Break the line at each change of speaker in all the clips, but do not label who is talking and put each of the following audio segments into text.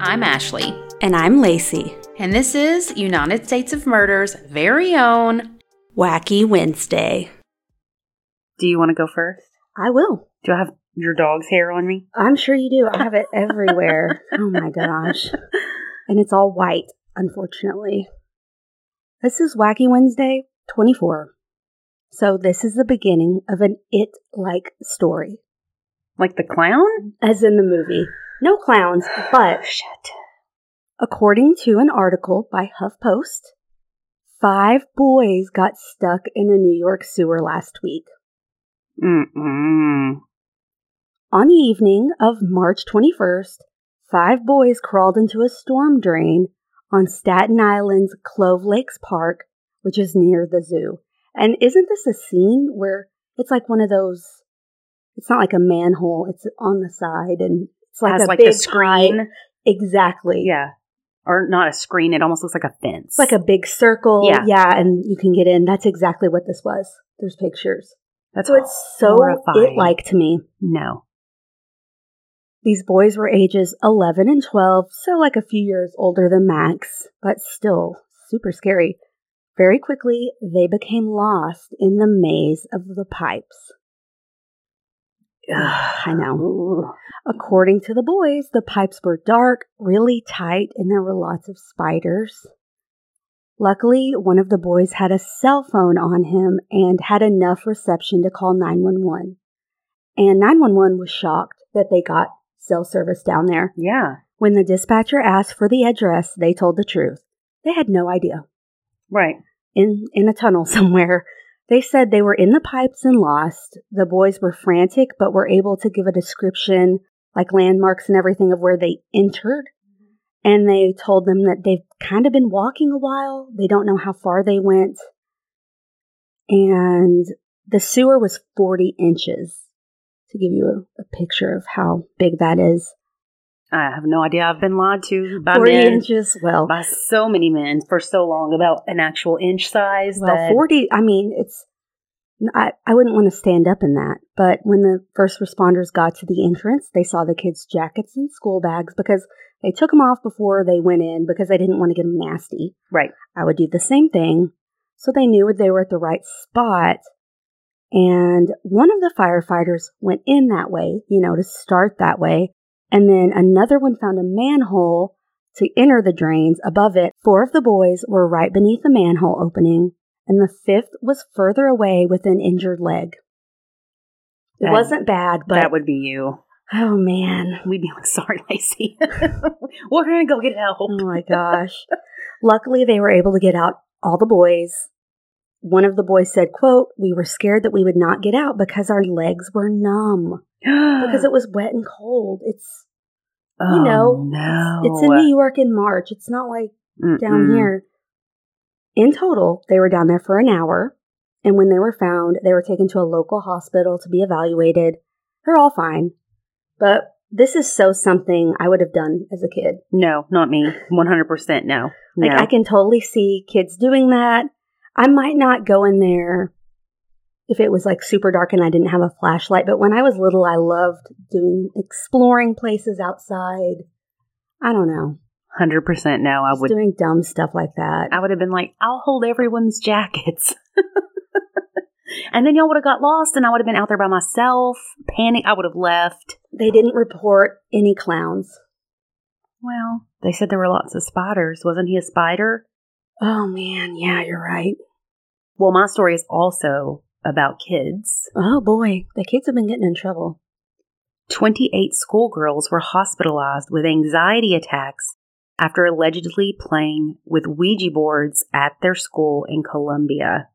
I'm Ashley,
And I'm Lacey.
and this is United States of Murder's very own.
Wacky Wednesday.
Do you want to go first?
I will.
Do I have your dog's hair on me?
I'm sure you do. I have it everywhere. oh my gosh. And it's all white, unfortunately. This is Wacky Wednesday 24. So, this is the beginning of an it like story,
Like the clown?
as in the movie. No clowns, but
Shit.
according to an article by HuffPost, five boys got stuck in a New York sewer last week.
Mm-mm.
On the evening of March 21st, five boys crawled into a storm drain on Staten Island's Clove Lakes Park, which is near the zoo. And isn't this a scene where it's like one of those? It's not like a manhole, it's on the side and it's like
Has
a
like
big
the screen.
pipe. Exactly.
Yeah. Or not a screen. It almost looks like a fence.
It's like a big circle.
Yeah.
yeah. And you can get in. That's exactly what this was. There's pictures.
That's
so it's so
horrifying.
it like to me.
No.
These boys were ages 11 and 12, so like a few years older than Max, but still super scary. Very quickly, they became lost in the maze of the pipes.
Ugh.
I know.
Ooh.
According to the boys, the pipes were dark, really tight, and there were lots of spiders. Luckily, one of the boys had a cell phone on him and had enough reception to call 911. And 911 was shocked that they got cell service down there.
Yeah.
When the dispatcher asked for the address, they told the truth. They had no idea.
Right.
In in a tunnel somewhere, they said they were in the pipes and lost. The boys were frantic but were able to give a description like landmarks and everything of where they entered.
Mm-hmm.
And they told them that they've kind of been walking a while. They don't know how far they went. And the sewer was 40 inches, to give you a, a picture of how big that is.
I have no idea. I've been lied to by
40
men.
inches, well,
By so many men for so long about an actual inch size.
well,
that,
40, I mean, it's, I, I wouldn't want to stand up in that. But when the first responders got to the entrance, they saw the kids' jackets and school bags because they took them off before they went in because they didn't want to get them nasty.
Right.
I would do the same thing. So they knew they were at the right spot. And one of the firefighters went in that way, you know, to start that way. And then another one found a manhole to enter the drains above it. Four of the boys were right beneath the manhole opening, and the fifth was further away with an injured leg. It
That-
wasn't bad, but
that would be you.
oh man,
We'd be like, sorry, Lacey. We're going to go get help.
Oh my gosh. Luckily they were able to get out all the boys. One of the boys said, quote, we were scared that we would not get out because our legs were numb. Because it was wet and cold. It's you know,
oh, no.
it's in New York in March. It's not like down
Mm-mm.
here. In total, they were down there for an hour, and when they were found, they were taken to a local hospital to be evaluated. They're all fine. But this is so something I would have done as a kid.
No, not me. One hundred percent. No,
Like
no.
I can totally see kids doing that. I might not go in there if it was like super dark and I didn't have a flashlight, but when I was little I loved doing exploring places outside. I don't know.
Hundred percent. No, I
just
would.
doing dumb stuff like that.
I would have been like, I'll hold everyone's jackets, and then y'all would have got lost, and I would have been out there by myself, panic. I would have left.
They didn't report any clowns.
Well, they said there were lots of spiders. Wasn't he a spider?
Oh man, yeah, you're right.
Well, my story is also about kids.
Oh boy, the kids have been getting in trouble.
28 schoolgirls were hospitalized with anxiety attacks after allegedly playing with Ouija boards at their school in Colombia.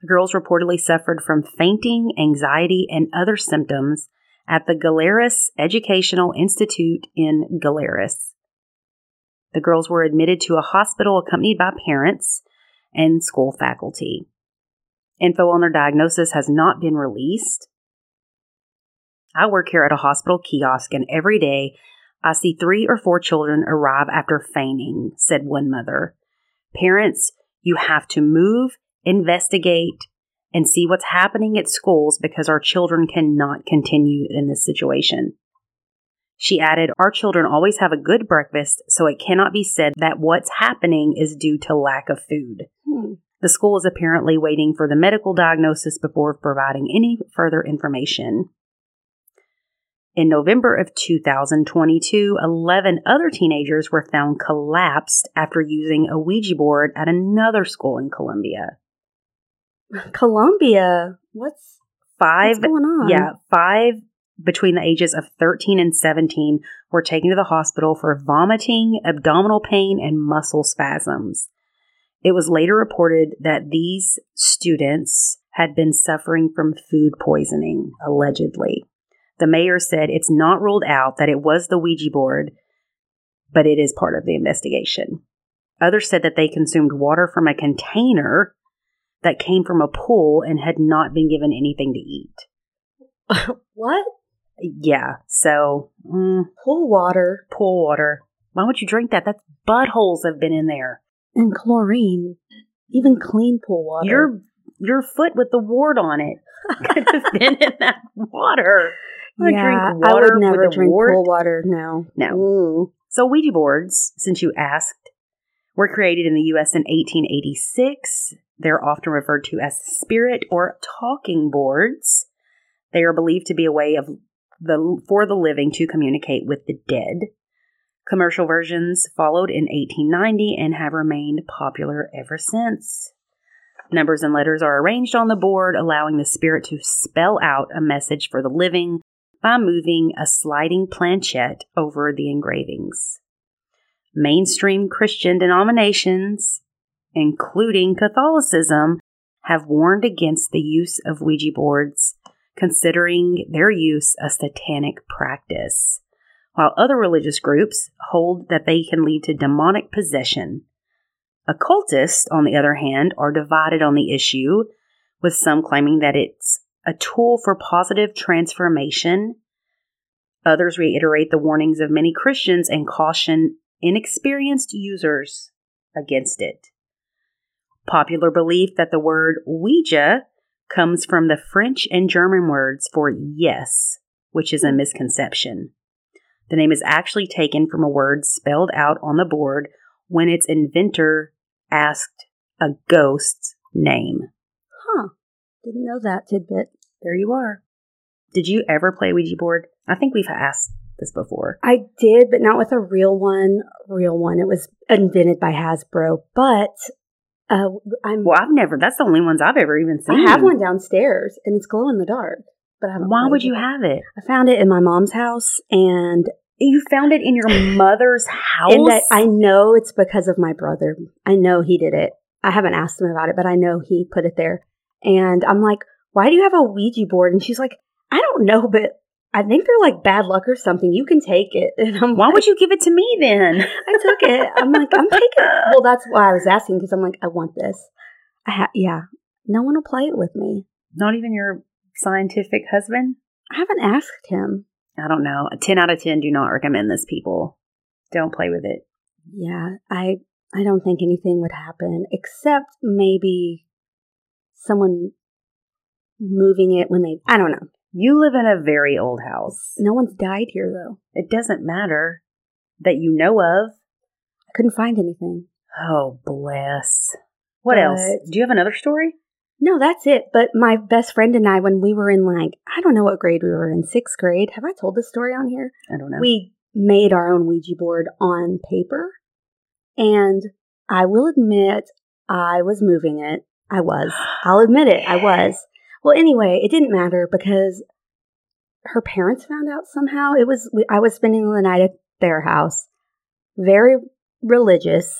The girls reportedly suffered from fainting, anxiety, and other symptoms at the Galeras Educational Institute in Galeras. The girls were admitted to a hospital accompanied by parents and school faculty. Info on their diagnosis has not been released. I work here at a hospital kiosk, and every day I see three or four children arrive after fainting, said one mother. Parents, you have to move, investigate, and see what's happening at schools because our children cannot continue in this situation. She added, Our children always have a good breakfast, so it cannot be said that what's happening is due to lack of food.
Hmm.
The school is apparently waiting for the medical diagnosis before providing any further information. In November of 2022, 11 other teenagers were found collapsed after using a Ouija board at another school in Columbia.
Columbia, what's,
Five
what's going on?
Yeah, five between the ages of 13 and 17 were taken to the hospital for vomiting, abdominal pain, and muscle spasms. It was later reported that these students had been suffering from food poisoning, allegedly. The mayor said it's not ruled out that it was the Ouija board, but it is part of the investigation. Others said that they consumed water from a container that came from a pool and had not been given anything to eat.
What?
Yeah. So, mm,
Pool water
pool water. Why would you drink that? That's buttholes have been in there.
and chlorine. Even clean pool water.
Your your foot with the wart on it could have been in that water. I
yeah,
drink
I
water
would never
with a
drink
wart.
pool water. No.
No.
Ooh.
So Ouija boards, since you asked, were created in the U.S. in 1886. They're often referred to as spirit or talking boards. They are believed to be a way of the for the living to communicate with the dead. Commercial versions followed in 1890 and have remained popular ever since. Numbers and letters are arranged on the board, allowing the spirit to spell out a message for the living by moving a sliding planchette over the engravings. Mainstream Christian denominations, including Catholicism, have warned against the use of Ouija boards, considering their use a satanic practice, while other religious groups hold that they can lead to demonic possession. Occultists, on the other hand, are divided on the issue, with some claiming that it's a tool for positive transformation. Others reiterate the warnings of many Christians and caution inexperienced users against it. Popular belief that the word Ouija comes from the French and German words for yes, which is a misconception. The name is actually taken from a word spelled out on the board when its inventor asked a ghost's name.
Huh. Didn't know that tidbit.
There you are. Did you ever play Ouija board? I think we've asked this before.
I did, but not with a real one. Real one. It was invented by Hasbro, but uh, I'm.
Well, I've never. That's the only ones I've ever even seen.
I have one downstairs, and it's glow in the dark. But I haven't
Why
played
would you
it.
have it?
I found it in my mom's house, and
You found it in your mother's house.
And I, I know it's because of my brother. I know he did it. I haven't asked him about it, but I know he put it there. And I'm like, why do you have a Ouija board? And she's like, I don't know, but I think they're like bad luck or something. You can take it. And I'm
Why
like,
would you give it to me then?
I took it. I'm like, I'm taking it. Well, that's why I was asking because I'm like, I want this. I ha- yeah. No one will play it with me.
Not even your scientific husband.
I haven't asked him.
I don't know. A ten out of ten. Do not recommend this. People, don't play with it.
Yeah, I I don't think anything would happen except maybe someone moving it when they I don't know.
You live in a very old house.
No one's died here though.
It doesn't matter that you know of.
I couldn't find anything.
Oh, bless. What else?
But-
Do you have another story?
No, that's it. But my best friend and I when we were in like I don't know what grade we were in, 6th grade. Have I told this story on here?
I don't know.
We made our own Ouija board on paper. And I will admit, I was moving it. I was. I'll admit it. I was. Well, anyway, it didn't matter because her parents found out somehow. It was, we- I was spending the night at their house, very religious.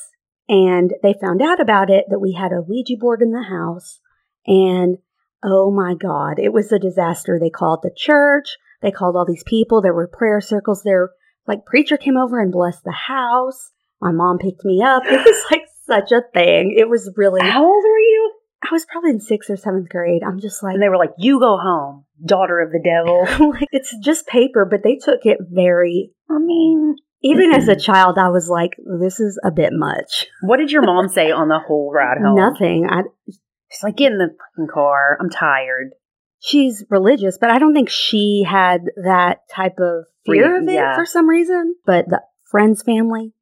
And they found out about it that we had a Ouija board in the house. And oh my God, it was a disaster. They called the church. They called all these people. There were prayer circles there. Like preacher came over and blessed the house. My mom picked me up. It was like such a thing. It was really
How old are you?
I was probably in sixth or seventh grade. I'm just like
And they were like, "You go home, daughter of the devil."
I'm like it's just paper, but they took it very
I mean,
even as a child, I was like, this is a bit much.
what did your mom say on the whole ride home?
Nothing. I
She's like, "Get in the fucking car. I'm tired."
she's religious, but I don't think she had that type of fear
Re-
of it
yeah.
for some reason. But the friend's family,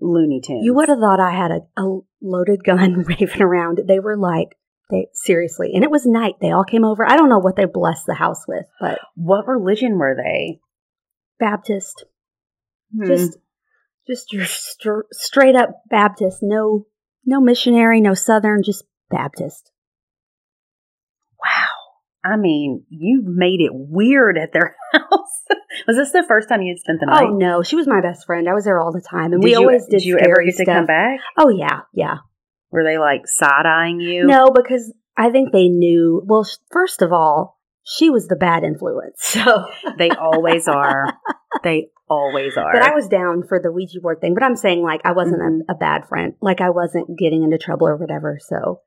Looney Tunes.
you would have thought I had a, a loaded gun waving around. They were like, they seriously, and it was night. They all came over. I don't know what they blessed the house with, but
What religion were they?
Baptist,
Hmm.
just, just your str- straight up Baptist. No, no missionary, no Southern, just Baptist.
wow. I mean, you made it weird at their house. Was this the first time you had spent the night?
Oh no, she was my best friend. I was there all the time, and
Did
we
you-
always did,
you
scary
ever get
stuff.
to come back?
Oh yeah, yeah.
Were they like side eyeing you?
No, because I think they knew. Well, sh- first of all, she was the bad influence. So,
They always are. They always are.
but I was down for the Ouija board thing. But I'm saying like I wasn't
Mhm.
a, a bad friend. Like I wasn't getting into trouble or whatever. So,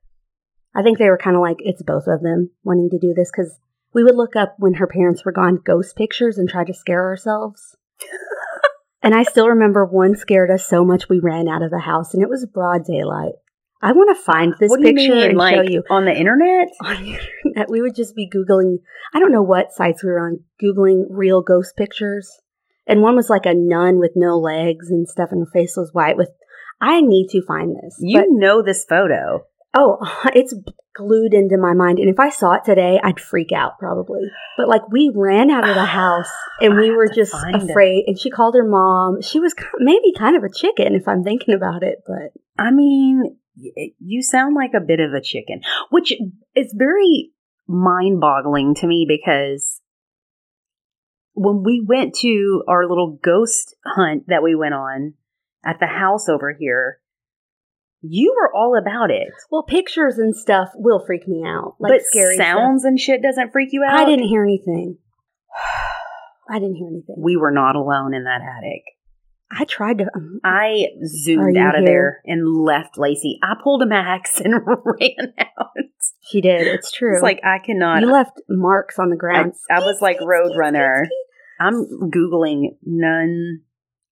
I think they were kind of like it's both of them wanting to do this because we would look up when her parents were gone ghost pictures and try to scare ourselves. and I still remember one scared us so much we ran out of the house, and it was broad daylight. I want to find this
what do you
picture
mean,
and
like
show you.
on the internet?
on the internet. We would just be Googling, I don't know what sites we were on, Googling real ghost pictures. And one was like a nun with no legs and stuff, and her face was white. With, I need to find this.
You know this photo.
But, oh, it's glued into my mind. And if I saw it today, I'd freak out probably. But like we ran out of the house and
I
we
have
were
to
just
find it.
afraid. And she called her mom. She was ki- maybe kind of a chicken if I'm thinking about it, but
I mean, y- eh, you sound like a bit of a chicken, which is very mind boggling to me because when we went to our little ghost hunt that we went on at the house over here, you were all about it.
well, pictures and stuff will freak me out. Like
but
scary stuff.
sounds and shit doesn't freak you out.
I didn't hear anything. I didn't hear anything.
We were not alone in that attic.
I tried to. Um,
I
Are
zoomed
you
out of
here?
there and left Lacey. I pulled a max and ran out.
she did. It's true.
It's like I cannot.
you left marks on the ground.
I- I was like Roadrunner. I'm googling nun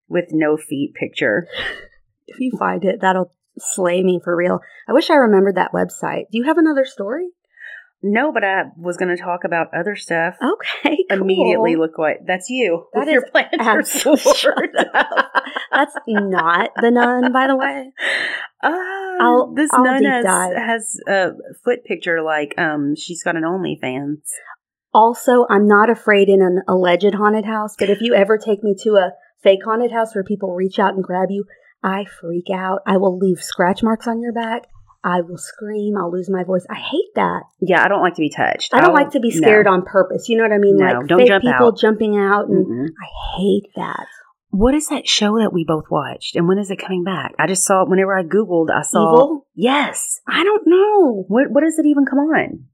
with no feet picture.
If you find it, that'll slay me for real. I wish I remembered that website. Do you have another story?
No, but I was going to talk about other stuff.
Okay. cool.
Immediately look what that's you.
That
with your planter
absolute-
sword.
That's not the nun, by the way.
Oh,
I'll-
this
I'll
nun
deep
has,
dive.
has a foot picture like um she's got an OnlyFans.
Also, I'm not afraid in an alleged haunted house, but if you
e-,
ever take me to a fake haunted house where people reach out and grab you, I freak out. I will leave scratch marks on your back. I will scream. I'll lose my voice. I hate that.
Yeah, I don't like to be touched.
I don't like to be scared on purpose. You know what I mean?
Oh, No,
like
don't
fake
jump
people
out. Mm.
jumping out, and I hate that.
What is that show that we both watched? And when is it coming back? I just saw it whenever I googled. I saw
Evil?
Yes.
I don't know.
What What does it even come on?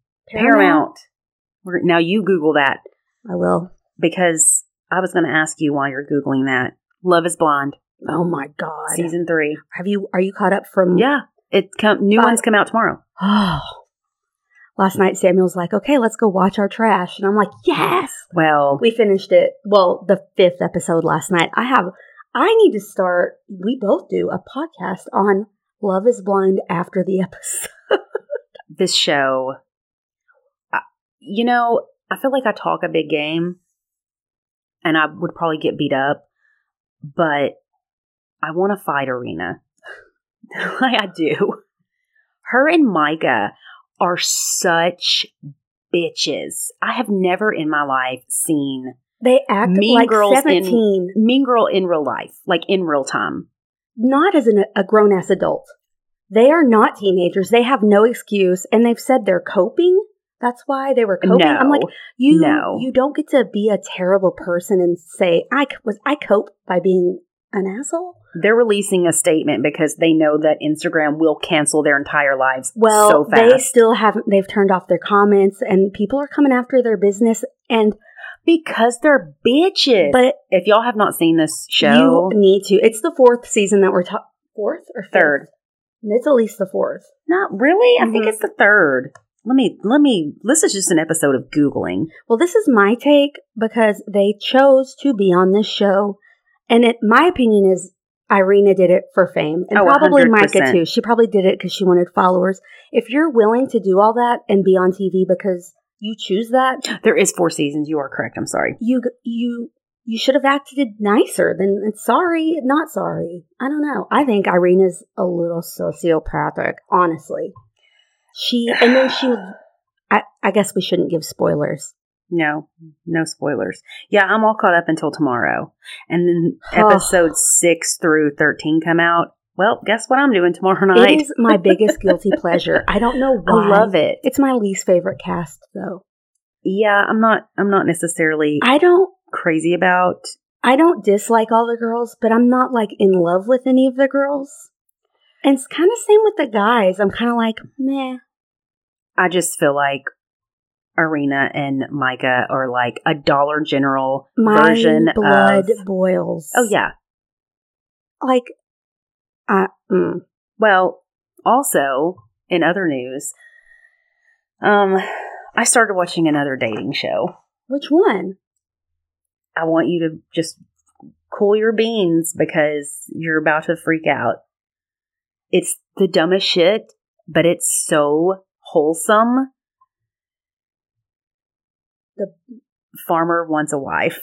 We're, now you Google that
I will.
because I was going to ask you while you're googling that. Love is Blind
Oh my god.
season three.
Have you? Are you caught up from?
Yeah, it come new
But-
ones come out tomorrow.
Oh. Last night Samuel's like, okay, let's go watch our trash, and I'm like, yes.
Well,
We finished it, well, the fifth episode last night. I have, I need to start, we both do, a podcast on Love is Blind after the episode.
this show, I, you know, I feel like I talk a big game, and I would probably get beat up, but I want to fight Arena. like I do. Her and Micah are such bitches. I have never in my life seen
They act
Mean
like
Girls in-
17,
Mean Girl in real life, like in real time.
not as an, a grown ass adult. They are not teenagers. They have no excuse, and they've said they're coping. That's why they were coping. I'm like, you,
no.
you don't get to be a terrible person and say I c- was I cope by being an asshole.
they're releasing a statement because they know that Instagram will cancel their entire lives
Well,
so
they
fast
still haven't. They've turned off their comments, and people are coming after their business. And
because they're bitches.
but
if y'all have not seen this
you
show,
need to. It's the fourth season that we're talking. Fourth or fifth?
Third.
It's at least the fourth.
not really. I think
Mhm.
it's the third. Let me let me. This is just an episode of googling.
Well, this is my take because they chose to be on this show, and it, my opinion is Irina did it for fame, and
Oh,
probably Micah
100%.
too. She probably did it because she wanted followers. If you're willing to do all that and be on TV because You choose that.
There is four seasons. You are correct. I'm sorry.
You you you should have acted nicer than sorry, not sorry. I don't know. I think Irina's a little sociopathic, honestly. She and then she I, I guess we shouldn't give spoilers.
No, no spoilers. Yeah, I'm all caught up until tomorrow. And then episodes 6 through 13 come out. Well, guess what I'm doing tomorrow night?
It is my biggest guilty pleasure. I don't know why.
I love it.
It's my least favorite cast though.
Yeah, I'm not I'm not necessarily
I don't
crazy about.
I don't dislike all the girls, but I'm not like in love with any of the girls. And it's kind of same with the guys. I'm kind of like, meh.
I just feel like Arena and Micah are like a Dollar General
My
version
blood
of.
boils.
Oh yeah.
Like, I mm,
Well, also in other news, um, I started watching another dating show.
which one?
I want you to just cool your beans because you're about to freak out. It's the dumbest shit, but it's so wholesome.
The-
farmer wants a wife.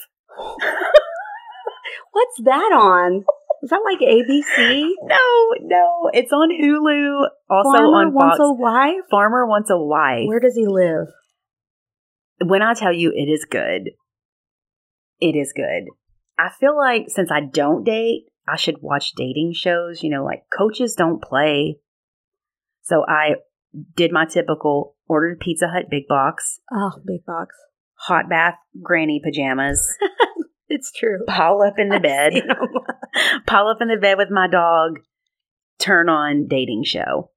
What's that on? Is that like ABC?
No, no, it's on Hulu, also
Farmer
on Fox.
wants a wife.
farmer wants a wife.
Where does he live?
when I tell you it is good, it is good. I feel like since I don't date, I should watch dating shows. You know, like coaches don't play. So I did my typical ordered Pizza Hut big box,
Oh, big box.
hot bath, granny pajamas,
It's true.
pile up in the
I've
bed,
seen 'em.
pile up in the bed with my dog, turn on dating show.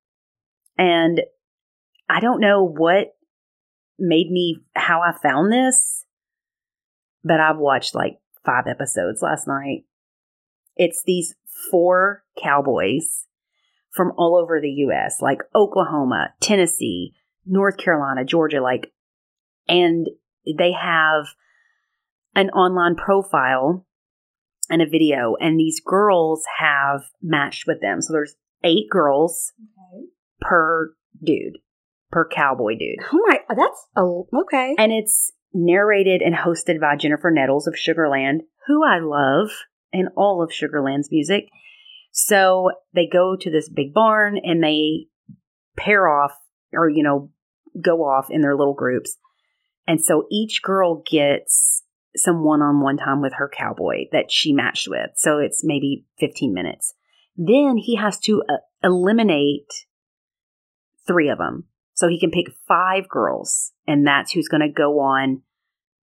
And I don't know what made me how I found this, but I've watched like five episodes last night. It's these four cowboys from all over the US, like Oklahoma, Tennessee, North Carolina, Georgia, like, and they have an online profile and a video, and these girls have matched with them. So there's eight girls per dude, per cowboy dude.
Oh my, that's oh okay.
And it's narrated and hosted by Jennifer Nettles of Sugarland, who I love, and all of Sugarland's music. So they go to this big barn and they pair off or, you know, go off in their little groups. And so each girl gets some one on one time with her cowboy that she matched with. So it's maybe 15 minutes. Then he has to uh, eliminate three of them. So he can pick five girls, and that's who's going to go on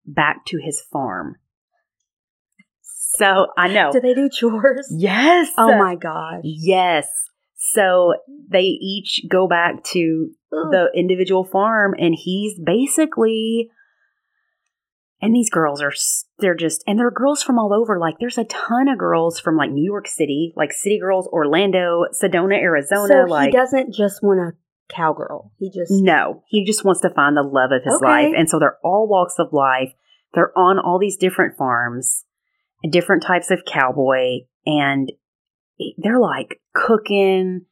back to his farm. So I know.
Do they do chores?
Yes.
Oh my gosh.
Yes. So they each go back to
Ugh.
the individual farm, and he's basically. And these girls are, s- they're just, and they're girls from all over. Like, there's a ton of girls from like New York City, like City Girls, Orlando, Sedona, Arizona.
so he
like,
doesn't just want a cowgirl. He just
no, he just wants to find the love of his
Okay.
life. And so they're all walks of life. They're on all these different farms, different types of cowboy, and e, they're like cooking,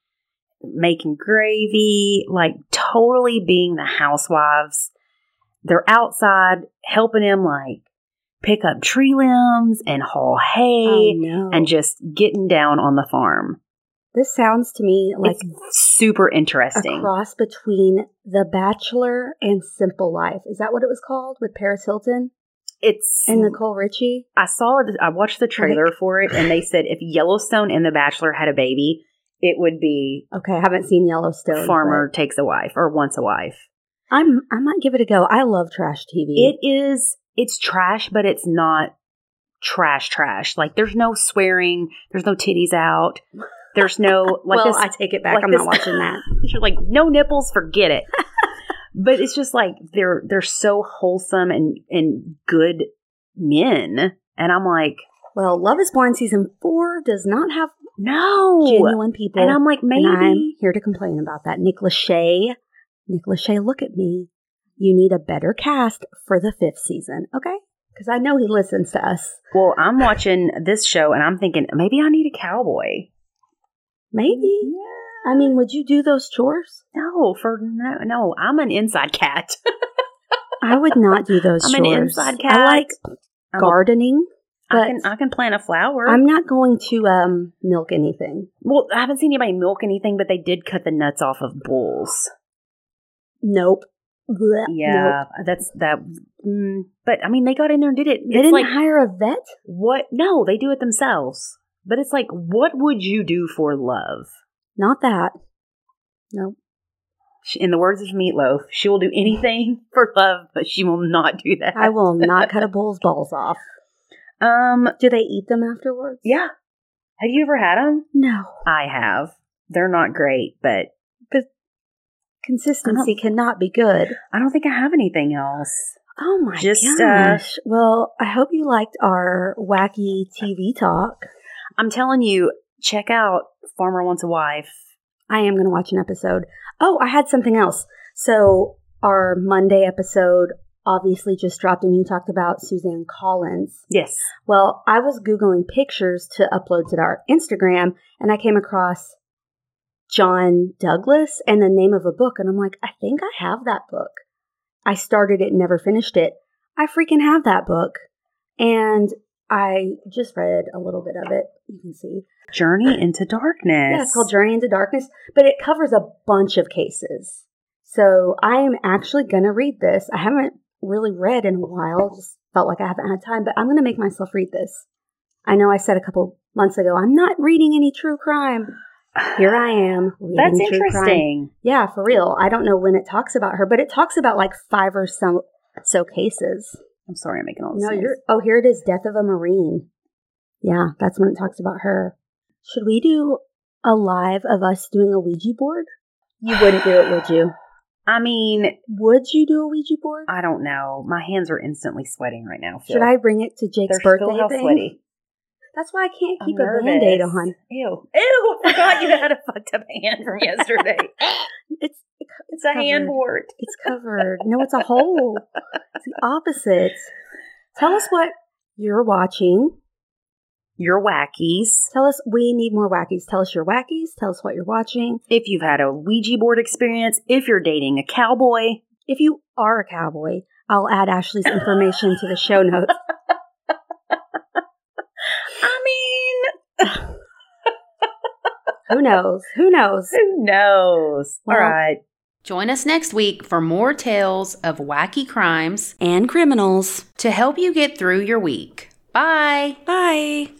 making gravy, like totally being the housewives. They're outside helping him like pick up tree limbs and haul
Oh,
hay
no.
and just getting down on the farm.
this sounds to me like
it's super interesting.
a cross between The Bachelor and Simple Life. Is that what it was called with Paris Hilton
it's
and Nicole Richie?
I saw, th- I watched the trailer for it, and they said if Yellowstone and The Bachelor had a baby, it would be
Okay, I haven't seen Yellowstone.
Farmer
but
Takes a Wife or Wants a Wife.
I'm I might give it a go. I love trash TV.
It is, it's trash, but it's not trash, trash. Like there's no swearing, there's no titties out, there's no like
well,
this.
I take it back.
like
I'm
this-
not watching that.
you're like no nipples, forget it. but it's just like they're they're so wholesome and and good men, and I'm like
Well, Love Is Blind season four does not have
no.
genuine people,
and I'm like, maybe
and I'm here to complain about that. Nick Lachey, Nick Lachey, look at me. You need a better cast for the fifth season, okay? Because I know he listens to us.
Well, I'm watching this show and I'm thinking maybe I need a cowboy.
Maybe. I mean, would you do those chores?
No, for no, no, I'm an inside cat.
I would not do those
I'm an
chores.
inside
I
cat.
like
I'm a-
gardening.
I
but-
can I can plant a flower.
I'm not going to um milk anything.
well, I haven't seen anybody milk anything, but they did cut the nuts off of bulls.
Nope. Blech, nope.
Yeah, that's that. Mm, but I mean, they got in there and did it.
They
it's
didn't
like
hire a vet.
what? No, they do it themselves. But it's like, what would you do for love?
Not that.
She- In the words of Meatloaf, she will do anything for love, but she will not do that.
I will not cut a bull's balls off.
Um.
Do they eat them afterwards?
Yeah. Have you ever had them?
No.
I have. They're not great, but
Consistency
Oh.
cannot be good.
I don't think I have anything else.
Oh my
Just, uh,
gosh. well, I hope you liked our wacky TV talk.
I'm telling you, check out Farmer Wants a Wife.
I am going to watch an episode. Oh, I had something else. So, our Monday episode obviously just dropped, and you talked about Suzanne Collins.
Yes.
Well, I was Googling pictures to upload to our Instagram, and I came across John Douglas and the name of a book. And I'm like, I think I have that book. I started it, and never finished it. I freaking have that book. And I just read a little bit of it. You can see.
Journey into Darkness.
Yeah, it's called Journey into Darkness, but it covers a bunch of cases. So I am actually going to read this. I haven't really read in a while, just felt like I haven't had time, but I'm going to make myself read this. I know I said a couple months ago, I'm not reading any true crime. Here I am. Reading
That's
true Crime.
interesting.
Yeah, for real. I don't know when it talks about her, but it talks about like five or so, so cases.
I'm sorry I'm making all this.
No,
noise.
you're. Oh, here it is. Death of a Marine. Yeah, that's when it talks about her. Should we do a live of us doing a Ouija board? You wouldn't do it, would you?
I mean,
Would you do a Ouija board?
I don't know. My hands are instantly sweating right now. Phil.
Should I bring it to Jake's
They're
birthday
Phil, how
thing?
sweaty.
That's why I can't
I'm
keep a
nervous.
band-aid on.
Ew. Ew. I forgot you had a fucked up hand from yesterday.
It's
it's a hand
covered.
wart.
It's covered. no, it's a hole. It's the opposite. Tell us what you're watching.
You're wackies.
Tell us we need more wackies. Tell us your wackies. Tell us what you're watching.
If you've had a Ouija board experience, if you're dating a cowboy,
If you are a cowboy, I'll add Ashley's information to the show notes.
I mean,
Who knows? Who knows?
who knows?
Well-
All right.
Join us next week for more tales of wacky crimes
And criminals.
to help you get through your week. Bye.
Bye.